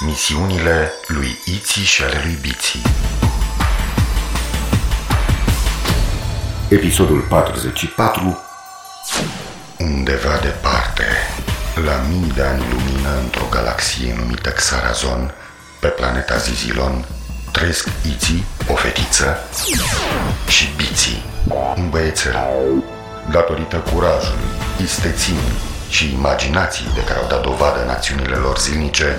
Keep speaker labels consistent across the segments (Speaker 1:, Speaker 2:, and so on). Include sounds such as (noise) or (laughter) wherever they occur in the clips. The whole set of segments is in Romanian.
Speaker 1: Misiunile lui Iții și ale lui Biții
Speaker 2: Episodul 44
Speaker 1: Undeva departe, la mii de ani lumină într-o galaxie numită Xarazon, pe planeta Zizilon, trăiesc Iții, o fetiță, și Biții, un băiețel. Datorită curajului, isteții și imaginației de care au dat dovadă în acțiunile lor zilnice,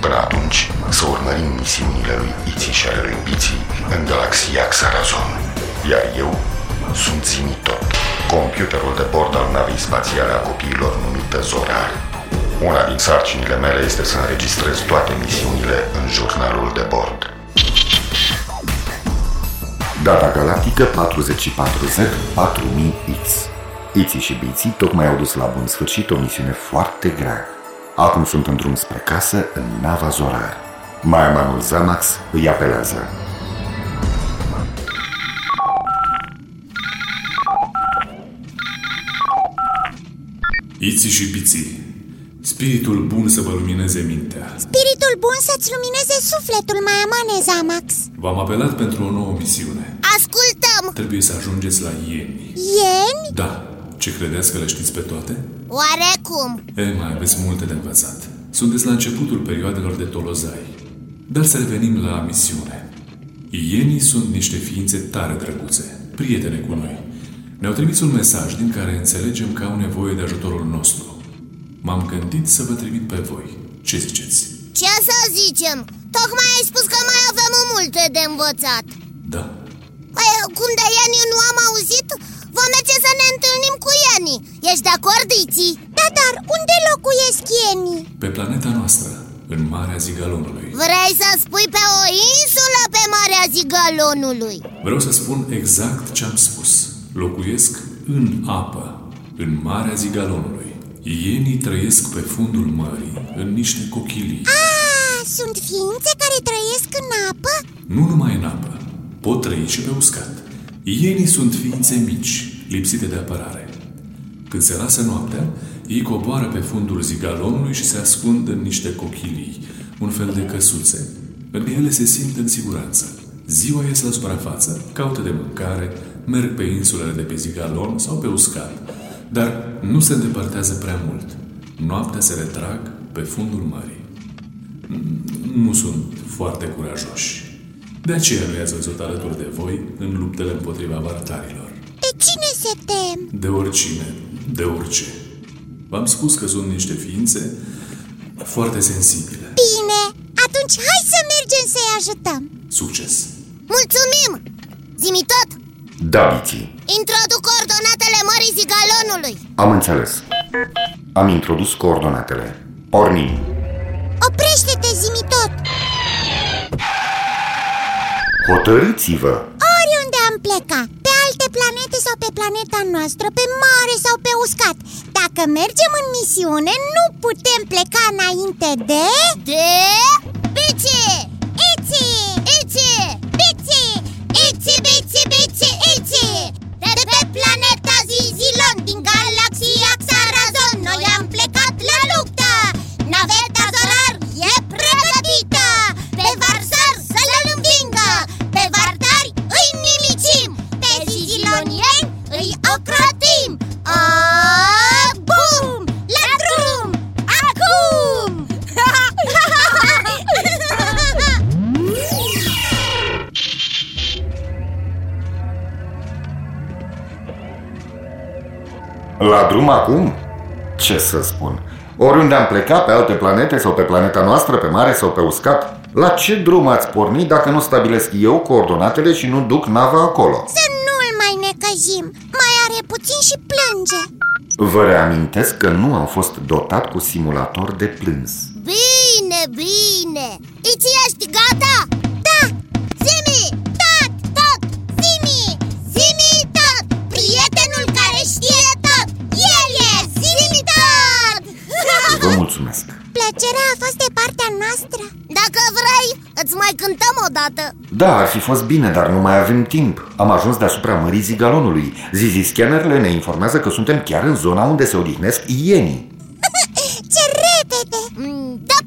Speaker 1: Până atunci, să urmărim misiunile lui Iții și ale lui Biții în galaxia Xarazon. Iar eu sunt Zimitot, computerul de bord al navei spațiale a copiilor numită Zorar. Una din sarcinile mele este să înregistrez toate misiunile în jurnalul de bord.
Speaker 2: Data galactică 44Z 4000X Iții și Biții tocmai au dus la bun sfârșit o misiune foarte grea. Acum sunt în drum spre casă în nava Zorar. Mayamanul Zamax îi apelează.
Speaker 3: Iții și biții, spiritul bun să vă lumineze mintea.
Speaker 4: Spiritul bun să-ți lumineze sufletul, mai amane, Zamax
Speaker 3: V-am apelat pentru o nouă misiune.
Speaker 4: Ascultăm!
Speaker 3: Trebuie să ajungeți la ieni.
Speaker 4: Ieni?
Speaker 3: Da, ce credeți că le știți pe toate?
Speaker 4: Oarecum!
Speaker 3: E, mai aveți multe de învățat. Sunteți la începutul perioadelor de tolozai. Dar să revenim la misiune. Ienii sunt niște ființe tare drăguțe, prietene cu noi. Ne-au trimis un mesaj din care înțelegem că au nevoie de ajutorul nostru. M-am gândit să vă trimit pe voi. Ce ziceți?
Speaker 4: Ce să zicem? Tocmai ai spus că mai avem multe de învățat
Speaker 3: Da,
Speaker 4: Păi, cum de Ieni nu am auzit, va merge să ne întâlnim cu Ieni Ești de acord, Iții? Da, dar unde locuiesc Ieni?
Speaker 3: pe planeta noastră, în Marea Zigalonului.
Speaker 4: Vrei să spui pe o insulă pe Marea Zigalonului
Speaker 3: Vreau să spun exact ce am spus. Locuiesc în apă, în Marea Zigalonului. Ienii trăiesc pe fundul mării, în niște cochilii.
Speaker 4: Ah, sunt ființe care trăiesc în apă?
Speaker 3: Nu numai în apă, pot trăi și pe uscat. Ienii sunt ființe mici, lipsite de apărare. Când se lasă noaptea, ei coboară pe fundul zigalonului și se ascund în niște cochilii, un fel de căsuțe. În ele se simt în siguranță. Ziua ies la suprafață, caută de mâncare, merg pe insulele de pe zigalon sau pe uscat, dar nu se îndepărtează prea mult. Noaptea se retrag pe fundul mării nu sunt foarte curajoși. De aceea nu i-ați văzut alături de voi în luptele împotriva vartarilor.
Speaker 4: De cine se tem?
Speaker 3: De oricine, de orice. V-am spus că sunt niște ființe foarte sensibile.
Speaker 4: Bine, atunci hai să mergem să-i ajutăm
Speaker 3: Succes!
Speaker 4: Mulțumim! Zimi tot!
Speaker 2: Da, Biții,
Speaker 4: Introduc coordonatele mării Zigalonului
Speaker 2: am înțeles. Am introdus coordonatele. Pornim!
Speaker 4: Oprește-te, Zimi tot!
Speaker 2: Hotărâți-vă!
Speaker 4: Oriunde am pleca, pe alte planete sau pe planeta noastră, pe mare sau pe uscat Dacă mergem în misiune, nu putem pleca înainte de... De... Bici! Ici! Ici! Bici! Ici, bici, bici, ici! De pe planeta Zizilon, din galaxia Xarazon, noi am plecat la luptă! Naveta Zorar e pregătită! Pe Varsar să-l învingă! Pe Vardari îi nimicim! Pe Zizilonieni îi ocrotim! A, bum! La drum! Acum! (laughs)
Speaker 2: La drum acum? Ce să spun? Oriunde am plecat, pe alte planete sau pe planeta noastră, pe mare sau pe uscat, la ce drum ați pornit dacă nu stabilesc eu coordonatele și nu duc nava acolo?
Speaker 4: Să nu-l mai necăjim! Mai are puțin și plânge!
Speaker 2: Vă reamintesc că nu am fost dotat cu simulator de plâns.
Speaker 4: Deci Bine, bine! Iți ești gata? Da! Zimi, (laughs)
Speaker 5: a fost de partea noastră
Speaker 4: Dacă vrei, îți mai cântăm o dată (laughs)
Speaker 1: Da, ar fi fost bine, dar nu mai avem timp. Am ajuns deasupra mării galonului. Zizi, scannerele ne informează că suntem chiar în zona unde se odihnesc ienii.
Speaker 5: Ce repede!
Speaker 4: Mm, Da,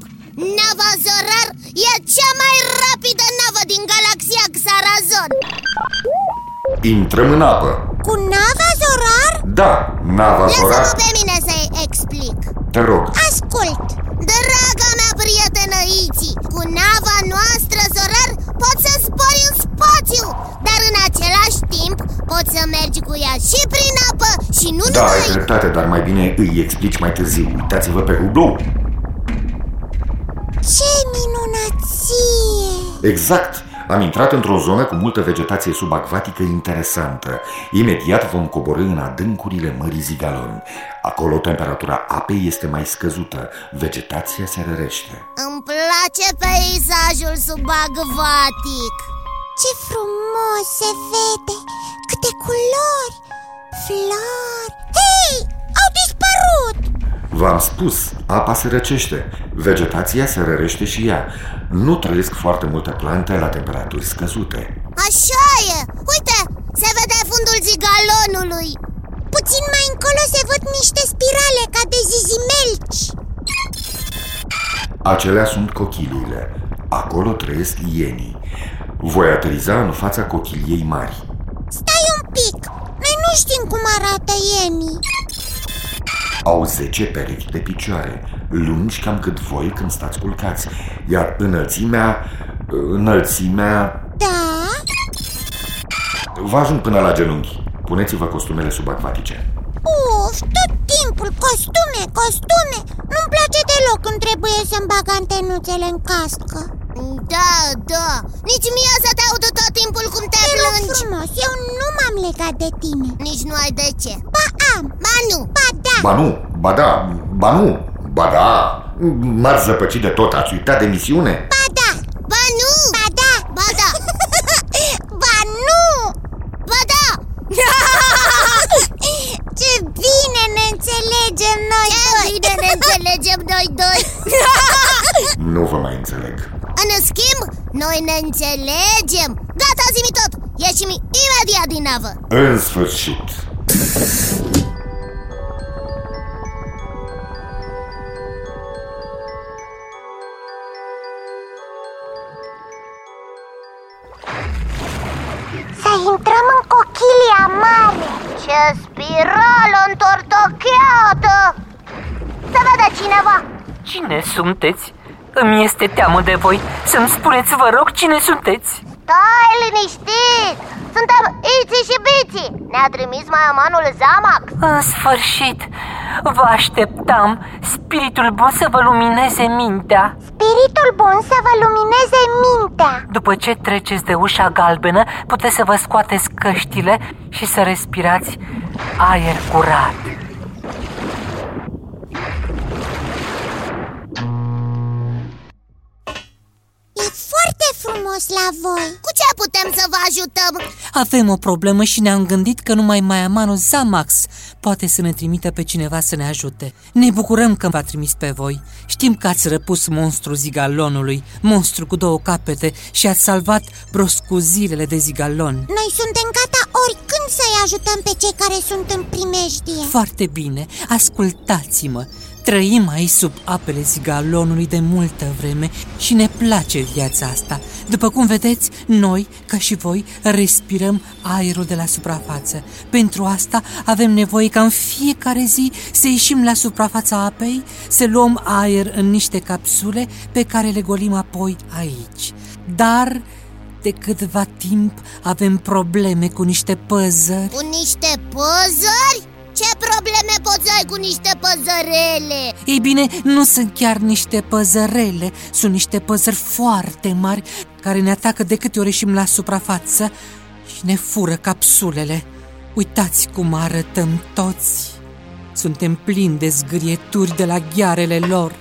Speaker 4: nava Zorar e cea mai rapidă navă din galaxia Xarazon
Speaker 1: Intrăm în apă.
Speaker 5: Cu nava zorar?
Speaker 1: Da, nava Zora,
Speaker 4: Lasă-mă pe mine să-i explic
Speaker 1: te rog.
Speaker 5: Ascult!
Speaker 4: Draga mea prietenă Iti, cu nava noastră Zorar poți să zbori în spațiu Dar în același timp poți să mergi cu ea și prin apă și nu
Speaker 1: Da,
Speaker 4: numai
Speaker 1: ai dreptate, dar mai bine îi explici mai târziu. Uitați-vă pe hublou.
Speaker 5: Ce minunăție!
Speaker 1: Exact! Am intrat într-o zonă cu multă vegetație subacvatică interesantă. Imediat vom coborâ în adâncurile Mării Zigalon. Acolo temperatura apei este mai scăzută, vegetația se rărește.
Speaker 4: Îmi place peisajul subacvatic
Speaker 5: Ce frumos se vede! Câte culori! Flori! Hei! Au dispărut!
Speaker 1: V-am spus, apa se răcește, vegetația se rărește și ea. Nu trăiesc foarte multe plante la temperaturi scăzute.
Speaker 4: Așa e, uite, se vede fundul zigalonului
Speaker 5: Puțin mai încolo se văd niște spirale ca de zizimelci
Speaker 1: Acelea sunt cochiliile. Acolo trăiesc ienii. Voi ateriza în fața cochiliei mari.
Speaker 5: Stai un pic! Noi nu știm cum arată ienii
Speaker 1: Au 10 perechi de picioare, lungi cam cât voi când stați culcați, iar înălțimea, înălțimea,
Speaker 5: Da?
Speaker 1: vă ajung până la genunchi. Puneți-vă costumele subacvatice.
Speaker 5: Uf, tot timpul, costume, costume Nu-mi place deloc când trebuie să-mi bag antenuțele în cască
Speaker 4: Da, da, nici mie să te aud tot timpul cum te
Speaker 5: Te rog
Speaker 4: plângi
Speaker 5: frumos, eu nu m-am legat de tine
Speaker 4: Nici nu ai de ce
Speaker 5: Ba am,
Speaker 4: Ba nu,
Speaker 5: ba da
Speaker 1: Ba nu, ba da, ba nu, ba da, m-ați zăpăcit de tot, ați uitat de misiune?
Speaker 5: Ba da,
Speaker 4: ba nu,
Speaker 5: ba da
Speaker 4: ba (laughs) da,
Speaker 5: Ba nu!
Speaker 4: ba (laughs) da
Speaker 5: Ce bine ne înțelegem noi
Speaker 4: Ce
Speaker 5: doi
Speaker 4: bine ne înțelegem noi doi
Speaker 1: Nu vă mai înțeleg.
Speaker 4: (laughs) În schimb, noi ne înțelegem Gata, zi-mi tot, ieșim imediat din navă
Speaker 1: În sfârșit.
Speaker 5: Să intrăm în cochilia mare
Speaker 4: Ce spirală întortocheată Se vede cineva
Speaker 6: Cine sunteți? Îmi este teamă de voi. Să-mi spuneți, vă rog, cine sunteți?
Speaker 4: Stai liniștit! Suntem Iți și Biți! Ne-a trimis mai amanul Zamac
Speaker 6: În sfârșit, vă așteptam. Spiritul bun să vă lumineze mintea.
Speaker 5: Spiritul bun să vă lumineze mintea
Speaker 6: După ce treceți de ușa galbenă, puteți să vă scoateți căștile și să respirați aer curat.
Speaker 5: E foarte frumos la voi
Speaker 4: Cu ce putem să vă ajutăm?
Speaker 7: Avem o problemă și ne-am gândit că numai Maiamanul Zamax poate să ne trimită pe cineva să ne ajute. Ne bucurăm că v-a trimis pe voi. Știm că ați răpus monstru zigalonului, monstru cu două capete și ați salvat broscuzilele de zigalon.
Speaker 5: Noi suntem gata oricând să-i ajutăm pe cei care sunt în primejdie
Speaker 7: Foarte bine, ascultați-mă! Trăim aici sub apele zigalonului de multă vreme și ne place viața asta. După cum vedeți, noi, ca și voi, respirăm aerul de la suprafață. Pentru asta avem nevoie ca în fiecare zi să ieșim la suprafața apei, să luăm aer în niște capsule pe care le golim apoi aici. Dar de câtva timp avem probleme cu niște păzări
Speaker 4: Cu niște păzări? Ce probleme poți ai cu niște păzărele?
Speaker 7: Ei bine, nu sunt chiar niște păzărele, sunt niște păzări foarte mari care ne atacă de câte ori ieșim la suprafață și ne fură capsulele. Uitați cum arătăm toți! Suntem plini de zgârieturi de la ghearele lor.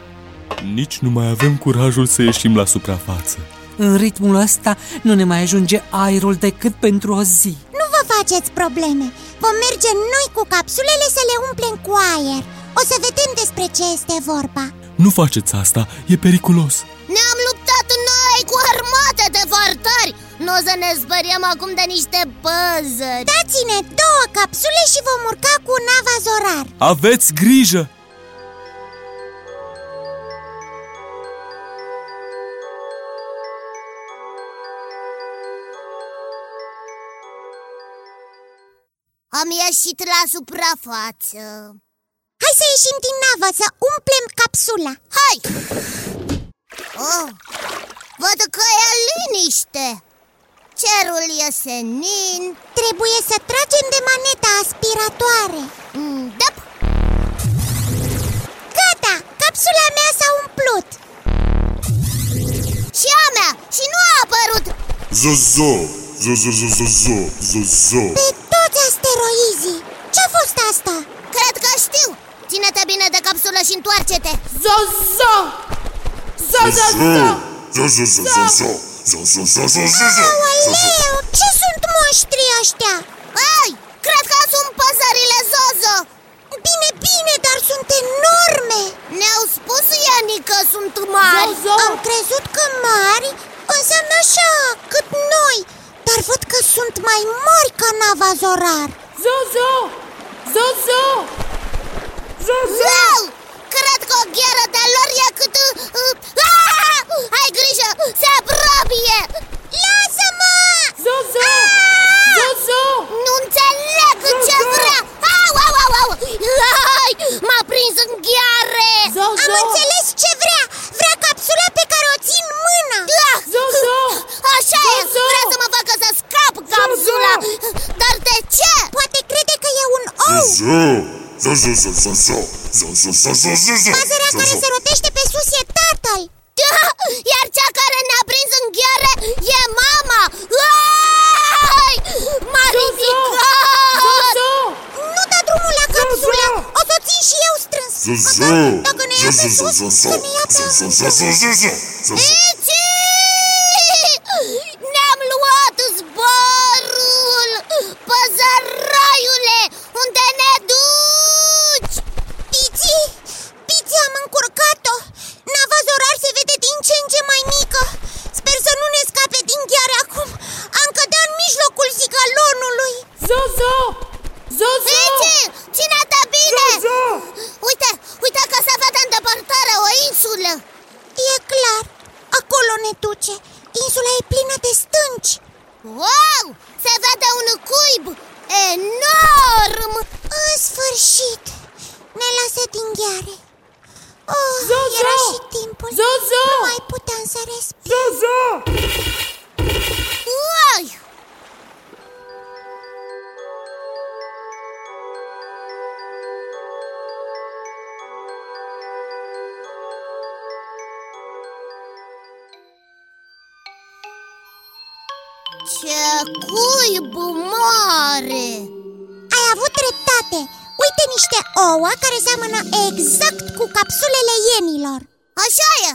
Speaker 8: Nici nu mai avem curajul să ieșim la suprafață.
Speaker 7: În ritmul ăsta nu ne mai ajunge aerul decât pentru o zi.
Speaker 5: Nu vă faceți probleme Vom merge noi cu capsulele să le umplem cu aer O să vedem despre ce este vorba
Speaker 8: Nu faceți asta, e periculos.
Speaker 4: Ne-am luptat noi cu armate de vartări Nu o să ne speriem acum de niște păzări
Speaker 5: Dați-ne două capsule și vom urca cu nava Zorar
Speaker 8: Aveți grijă!
Speaker 4: Am ieșit la suprafață
Speaker 5: Hai să ieșim din navă, să umplem capsula
Speaker 4: Hai! Oh, văd că e liniște Cerul e senin
Speaker 5: Trebuie să tragem de maneta aspiratoare
Speaker 4: Mm, Dăp!
Speaker 5: Gata, capsula mea s-a umplut
Speaker 4: Și a mea! Și nu a apărut!
Speaker 9: Zozo, zozo, zozo, zozo, zozo.
Speaker 5: Pe toți asteroizii Ce-a fost asta?
Speaker 4: Cred că știu! Ține-te bine de capsulă și întoarce-te!
Speaker 10: Zozo!
Speaker 9: Zozo, zozo, zozo, zozo, zozo, zozo, zozo.
Speaker 5: Aoleu, ce sunt moștrii ăștia?
Speaker 4: Ai! Cred că sunt păsările Zozo!
Speaker 5: Bine, bine, dar sunt enorme
Speaker 4: Ne-au spus Iani că sunt mari
Speaker 10: Zozo!
Speaker 5: Am crezut că mari înseamnă așa, cât noi Dar văd că sunt mai mari ca nava Zorar
Speaker 10: Zozo! Zozo! Zozo!
Speaker 4: Wow! Cred că o gheră de lor e cât... uh, Aaa! Ai grijă! Se apropie! Lasă-mă!
Speaker 10: Zozo!
Speaker 4: Ah!
Speaker 10: Zozo!
Speaker 4: Nu înțeleg ce vrea! Au, au, au, au! Ai! M-a prins în gheare!
Speaker 10: Zozo!
Speaker 4: Am înțeles ce vrea! Vrea capsula pe care o țin în mână! Ah!
Speaker 10: Zozo!
Speaker 4: Așa
Speaker 10: Zozo!
Speaker 4: e! Vrea să mă facă să scap capsula! Dar de ce? Poate crede că e un ou!
Speaker 9: Zozo, zozo, zozo, zozo, zozo, zozo.
Speaker 4: Păsărea care se rotește pe sus e tatăl da, Iar cea care ne-a prins în gheare e mama Ai! M-a ridicat
Speaker 10: Zozo!
Speaker 4: Nu da drumul la capsula O să o țin și eu strâns
Speaker 9: Zozo,
Speaker 4: Dacă ne ia pe
Speaker 9: zozo,
Speaker 4: sus,
Speaker 9: zozo,
Speaker 4: să ne ia pe
Speaker 9: zozo, zozo, zozo, zozo.
Speaker 4: Ici! Ne-am luat zborul Păzăraiule, unde ne duci?
Speaker 5: Pici, Pici, am încurcat-o Nava Zorar se vede din ce în ce mai mică Sper să nu ne scape din gheare acum Am cădea în mijlocul zigalonului
Speaker 10: Zozo! Zozo!
Speaker 4: Ici, ține-te bine!
Speaker 10: Zozo!
Speaker 4: Uite, uite că se vede în depărtare o insulă
Speaker 5: E clar, acolo ne duce Insula e plină de stânci
Speaker 4: Wow! Se vede un cuib enorm!
Speaker 5: În sfârșit, ne lasă din gheare oh,
Speaker 10: Zozo!
Speaker 5: Era și timpul
Speaker 10: Zozo!
Speaker 5: Nu mai puteam să respir
Speaker 10: Zozo!
Speaker 4: Uai! Ce cuib mare!
Speaker 5: Ai avut dreptate Uite niște ouă care seamănă exact cu capsulele ienilor
Speaker 4: Așa e!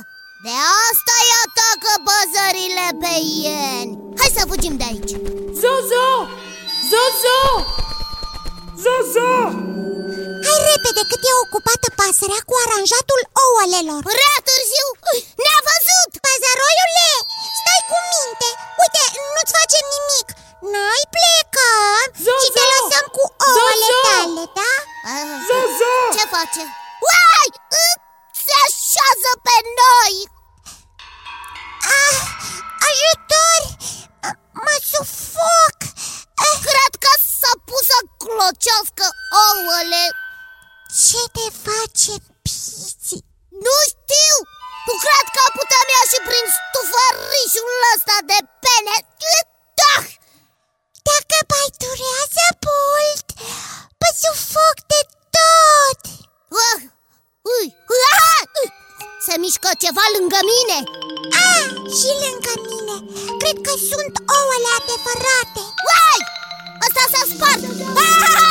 Speaker 4: De asta îi atacă păzările pe ieni! Hai să fugim de aici!
Speaker 10: Zozo! Zozo! Zozo!
Speaker 5: Hai repede cât e ocupată pasărea cu aranjatul ouălelor
Speaker 4: Prea târziu! Ne-a văzut!
Speaker 5: Păzăroiule, stai cu minte Uite, nu-ți facem nimic Noi plecăm și te
Speaker 10: Zozo!
Speaker 5: lăsăm cu ouăle
Speaker 10: Zozo!
Speaker 5: tale, da?
Speaker 10: Zozo!
Speaker 4: Ce face? Uai! Î, Se așează pe noi!
Speaker 5: Ah, ajutor! Mă sufoc! Ah.
Speaker 4: Cred că s-a pus să clocească ouăle
Speaker 5: Ce te face, Pici?
Speaker 4: Nu știu! Tu cred că putem ieși prin stufărișul ăsta de pene Ih, Da!
Speaker 5: Dacă mai durează mult, mă sufoc de tot!
Speaker 4: Ah, ui, ah, ui, Se mișcă ceva lângă mine
Speaker 5: Ah, și lângă mine, cred că sunt ouăle adevărate
Speaker 4: Uai! Ăsta s-a spart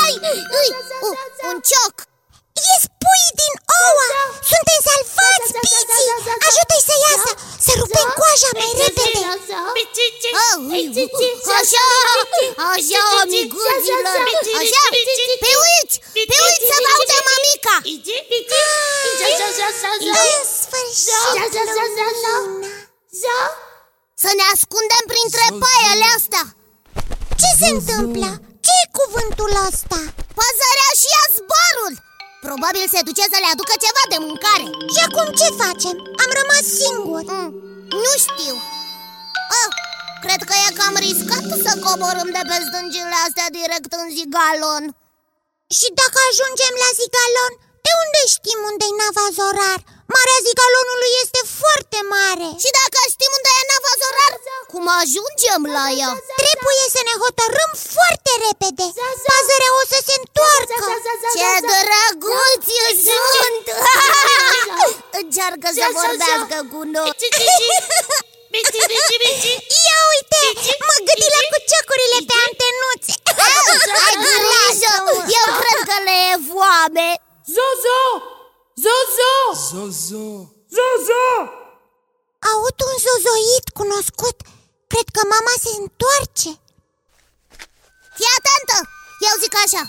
Speaker 4: Ai! Ui, u- un cioc
Speaker 5: E spui din ouă! Suntem salvați, Pici! Ajută-i să iasă! Să
Speaker 4: Păi
Speaker 5: rupem coaja mai repede!
Speaker 4: Oh, așa, Păi așa, amiguților Așa, pe uiți, pe uiți păi să vă audă mami
Speaker 5: Itica!
Speaker 10: Ici, ici, ici, zo, zo, zo, zo.
Speaker 5: În sfârșit,
Speaker 4: Zo, zo, zo, zo, zo.
Speaker 5: lumina.
Speaker 4: Zo? Să ne ascundem printre paiele astea
Speaker 5: Ce se întâmplă? ce e cuvântul ăsta?
Speaker 4: Păzărea și ia zborul Probabil se duce să le aducă ceva de mâncare
Speaker 5: Și acum ce facem? Am rămas singuri
Speaker 4: Mm, Nu știu ah, Cred că e cam riscat să coborâm de pe stâncile astea direct în zigalon
Speaker 5: Și dacă ajungem la Zigalon, de unde știm unde-i nava Zorar? Marea Zigalonului este foarte mare
Speaker 4: Și dacă știm unde e nava zorar, cum ajungem la ea?
Speaker 5: Trebuie să ne hotărâm foarte repede Pazărea o să se întoarcă
Speaker 4: Ce drăguți sunt!
Speaker 5: (laughs)
Speaker 4: Încearcă să vorbească cu noi
Speaker 5: Ia uite, mă gâdilă cu ciocurile pe antenuțe
Speaker 4: (laughs) Ai grijă! Eu cred că le e foame
Speaker 10: Zozo! Zozo! Zozo!
Speaker 5: Aud un zozoit cunoscut Cred că mama se întoarce
Speaker 4: Fii atentă! Eu zic așa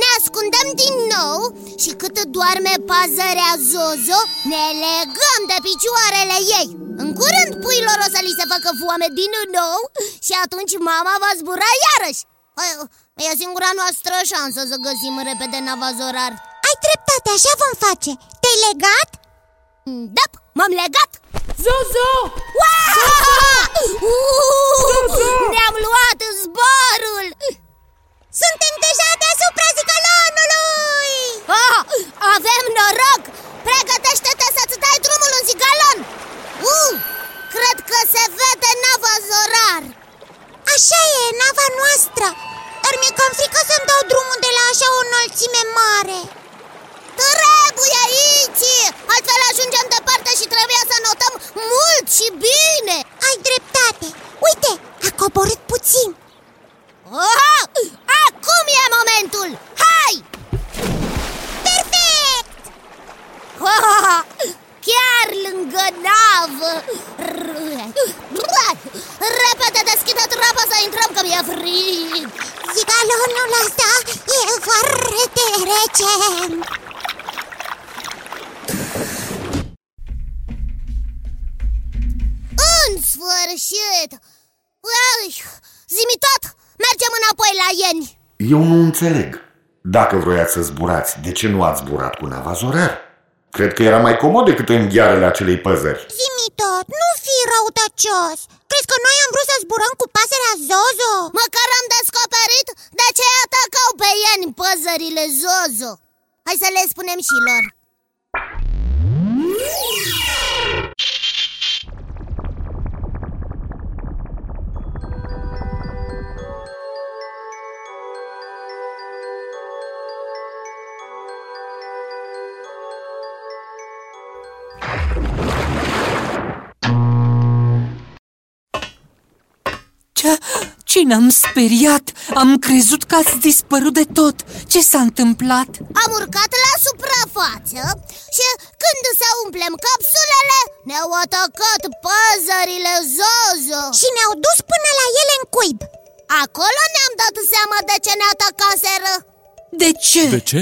Speaker 4: Ne ascundem din nou și cât doarme pazărea Zozo Ne legăm de picioarele ei În curând puilor o să li se facă foame din nou Și atunci mama va zbura iarăși Ai, E singura noastră șansă să găsim repede navazorar
Speaker 5: Ai dreptate, așa vom face Te-ai legat?
Speaker 4: Da, m-am legat!
Speaker 10: Zozo!
Speaker 4: Uuu, Ne-am luat zborul!
Speaker 5: Suntem deja deasupra zicalonului
Speaker 4: Ah, avem noroc! Pregătește-te să-ți dai drumul în zigalon! Uh, cred că se vede nava zorar!
Speaker 5: Așa e, nava noastră Dar mi-e cam frică să-mi dau drumul de la așa o înălțime mare
Speaker 4: Trebuie aici! Altfel ajungem departe și trebuie să notăm mult și bine!
Speaker 5: Ai dreptate Uite, a coborât puțin
Speaker 4: Ah, acum e momentul! Hai!
Speaker 5: Perfect!
Speaker 4: Ah, Chiar lângă navă Repede deschide trapa să intrăm că mi-e frig
Speaker 5: Zigalonul ăsta e foarte rece
Speaker 4: În sfârșit Ai, Zimitot, mergem înapoi la ieni
Speaker 1: Eu nu înțeleg. Dacă vroiați să zburați, de ce nu ați zburat cu nava zorar? Cred că era mai comod decât în ghearele acelei păzări.
Speaker 5: Zimi tot, nu fi răutăcios Crezi că noi am vrut să zburăm cu pasărea Zozo?
Speaker 4: Măcar am descoperit de ce atacau pe ieni păzările Zozo Hai să le spunem și lor
Speaker 7: Ce? Cine am speriat? Am crezut că ați dispărut de tot. Ce s-a întâmplat?
Speaker 4: Am urcat la suprafață și când se umplem capsulele Ne-au atacat păzările Zozo
Speaker 5: Și ne-au dus până la ele în cuib
Speaker 4: Acolo ne-am dat seama de ce ne atacaseră
Speaker 7: De ce?
Speaker 8: De ce?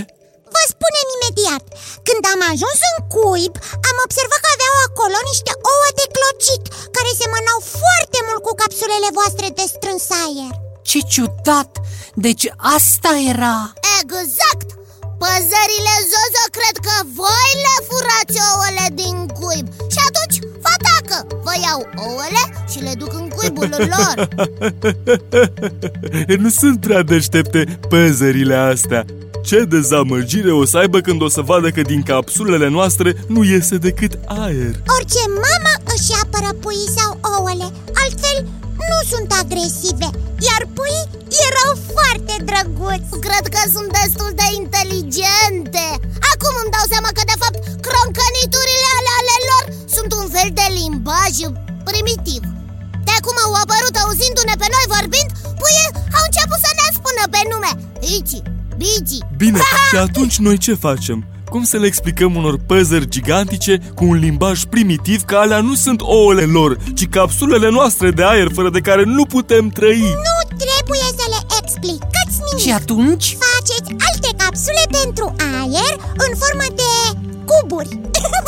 Speaker 5: Vă spunem imediat Când am ajuns în cuib Am observat că aveau acolo niște ouă de clocit Care semănau foarte mult cu capsulele voastre de strâns aer
Speaker 7: Ce ciudat! Deci asta era...
Speaker 4: Exact! Păzările Zozo cred că voi le furați ouăle din cuib Și atunci vă atacă! Vă iau ouăle și le duc în cuibul lor
Speaker 8: nu sunt prea deștepte păzările astea. Ce dezamăgire o să aibă când o să vadă că din capsulele noastre nu iese decât aer.
Speaker 5: Orice mama își apără puii sau ouăle Altfel nu sunt agresive Iar puii erau foarte drăguți
Speaker 4: Cred că sunt destul de inteligente Acum îmi dau seama că de fapt croncăniturile ale ale lor Sunt un fel de limbaj primitiv De acum au apărut auzindu-ne pe noi vorbind Puie au început să ne spună pe nume Ici, Bici,
Speaker 8: Bine, și atunci noi ce facem? Cum să le explicăm unor păzări gigantice cu un limbaj primitiv că alea nu sunt ouăle lor, ci capsulele noastre de aer fără de care nu putem trăi?
Speaker 5: Nu trebuie să le explicați nimic
Speaker 7: Și atunci?
Speaker 5: Faceți alte capsule pe pentru aer în formă de cuburi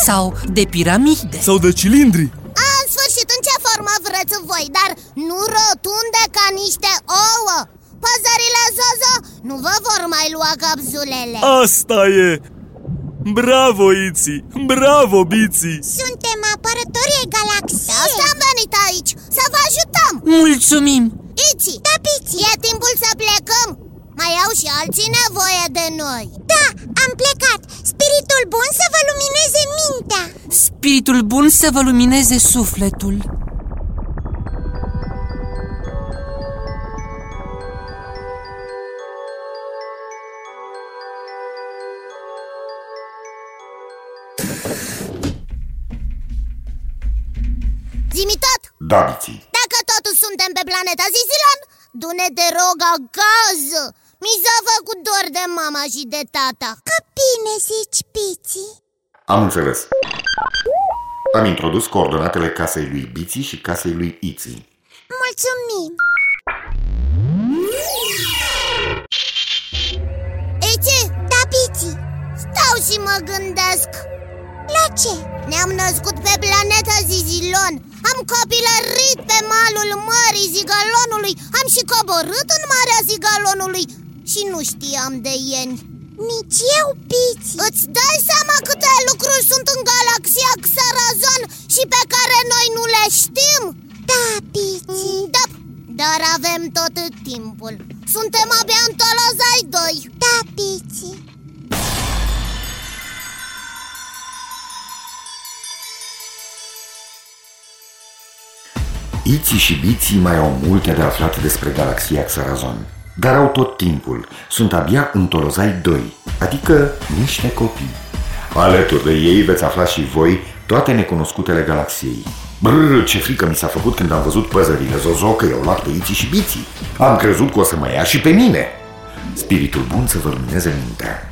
Speaker 7: Sau de piramide
Speaker 8: Sau de cilindri
Speaker 4: A, (laughs) în sfârșit, în ce formă vreți voi, dar nu rotunde ca niște ouă Păzările Zozo nu vă vor mai lua capsulele
Speaker 5: Oh.
Speaker 8: Asta e! Bravo, Iți! Bravo, Biții!
Speaker 5: Suntem apărători ai
Speaker 4: De
Speaker 5: galaxiei
Speaker 4: asta am venit aici, să vă ajutăm
Speaker 7: Mulțumim!
Speaker 4: Iți, da, piți. e timpul să plecăm Mai au și alții nevoie de noi
Speaker 5: Da, am plecat Spiritul bun să vă lumineze mintea
Speaker 7: Spiritul bun să vă lumineze sufletul
Speaker 4: Zimi tot,
Speaker 1: Da, Biții,
Speaker 4: dacă totuși suntem pe planeta Zizilon Du-ne de rog acasă Mi s-a făcut dor de mama și de tata
Speaker 5: Că bine zici, Piții
Speaker 1: am înțeles. Am introdus coordonatele casei lui Biții și casei lui Iții.
Speaker 5: Mulțumim
Speaker 4: Ici,
Speaker 5: Da, Piții,
Speaker 4: stau și mă gândesc
Speaker 5: la ce?
Speaker 4: Ne-am născut pe planeta Zizilon Am copilărit pe malul mării Zigalonului Am și coborât în marea Zigalonului Și nu știam de ieni
Speaker 5: Nici eu, Piții
Speaker 4: Îți dai seama câte lucruri sunt în galaxia Xarazon Și pe care noi nu le știm?
Speaker 5: Da, Piții
Speaker 4: Da, dar avem tot timpul Suntem abia în Tolozai 2
Speaker 5: Da, Piții
Speaker 1: Iții și Biții mai au multe de aflat despre galaxia Xarazon, dar au tot timpul. Sunt abia în Tolozai 2, adică niște copii. Alături de ei veți afla și voi toate necunoscutele galaxiei. Brr, ce frică mi s-a făcut când am văzut păzările Zozo că i-au luat pe Iții și Biții. Am crezut că o să mă ia și pe mine. Spiritul bun să vă lumineze mintea.